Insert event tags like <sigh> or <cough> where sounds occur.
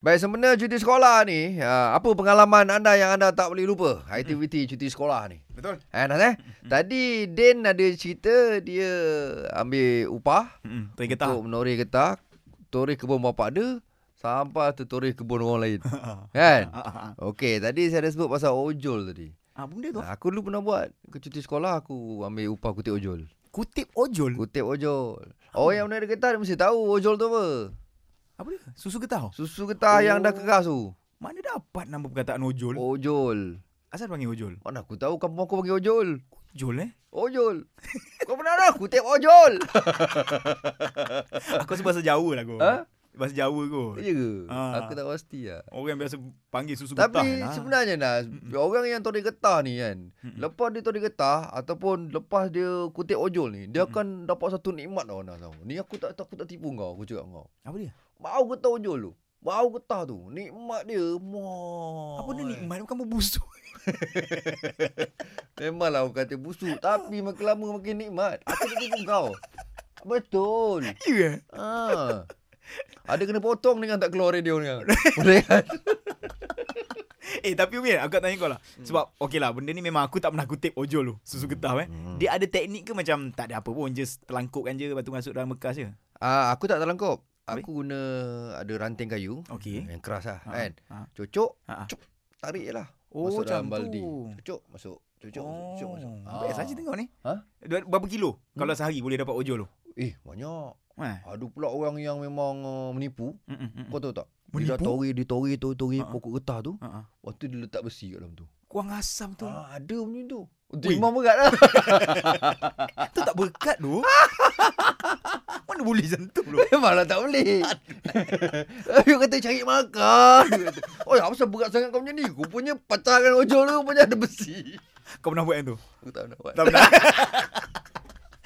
Baik, sempena cuti sekolah ni, uh, apa pengalaman anda yang anda tak boleh lupa? Aktiviti cuti sekolah ni. Betul. Eh, Nas eh? Tadi Din ada cerita dia ambil upah Hmm, tak getah. untuk menoreh getah, toreh kebun bapak dia, sampai tertoreh kebun orang <laughs> lain. kan? Ah, ah, Okey, tadi saya ada sebut pasal ojol tadi. ah. ah, benda tu. Nah, aku dulu pernah buat ke cuti sekolah aku ambil upah kutip ojol. Kutip ojol. Kutip ojol. Orang yang menoreh getah dia mesti tahu ojol tu apa. Apa dia? Susu getah. Susu getah yang dah Oh. keras tu. Mana dapat nama perkataan ojol? Ojol. Asal panggil ojol? Mana aku tahu kampung aku panggil ojol. Ojol eh? Ojol. Kau pernah dah kutip ojol. <laughs> Aku rasa bahasa Jawa lah kot. Ha? Bahasa Jawa kot. Ya ke? Ah. Aku tak pasti lah. Orang biasa panggil susu getah. lah. Tapi sebenarnya Nas, orang yang tarik getah ni kan, lepas dia tarik getah ataupun lepas dia kutip ojol ni, dia akan dapat satu nikmat tau Nas tau. Ni aku tak aku tak tipu kau, aku cakap kau. Apa dia? Bau getah ojol tu. Bau getah tu. Nikmat dia. Wah. Apa dia nikmat bukan <laughs> berbusu. Memanglah orang kata busuk. Tapi makin lama makin nikmat. Aku tak tipu <laughs> kau. Betul. Ya ke? Ah. Ada kena potong dengan tak keluar radio ni. kan? Boleh <laughs> kan? Eh tapi Umir aku nak tanya kau lah Sebab okey lah benda ni memang aku tak pernah kutip ojol tu Susu getah eh Dia ada teknik ke macam tak ada apa pun Just telangkupkan je lepas tu masuk dalam bekas je Ah, aku tak terlangkap. Habis? Aku guna ada ranting kayu. Okey. Yang keras lah Ha, kan. ha. Cocok. Ha, ha. Cuk, tarik je lah. Oh masuk macam dalam baldi. tu Cocok masuk. Cocok masuk. Cocok Oh, masuk. best saja tengok ni. Ha? Hmm? Dua- Berapa kilo kalau sehari boleh dapat ojol tu? Eh banyak. Ha. Ada pula orang yang memang uh, menipu. Mm-mm. Kau tahu tak? Dia dah Hmm. Menipu? tori, dia tori, tori, tori Ha, ha. pokok getah tu. Ha, ha. Lepas tu dia letak besi kat dalam tu. Kuang asam tu. Ah, ada macam tu. Itu Ui. imam berat lah. Tu tak berkat <laughs> tu. Mana boleh macam tu lu? Malah tak boleh. <laughs> Dia kata cari makan. Dia kata, Oi, apa sebab berat sangat kau macam ni? Rupanya patahkan ojol tu rupanya ada besi. Kau pernah buat yang tu? Aku tak nak buat. Tak pernah.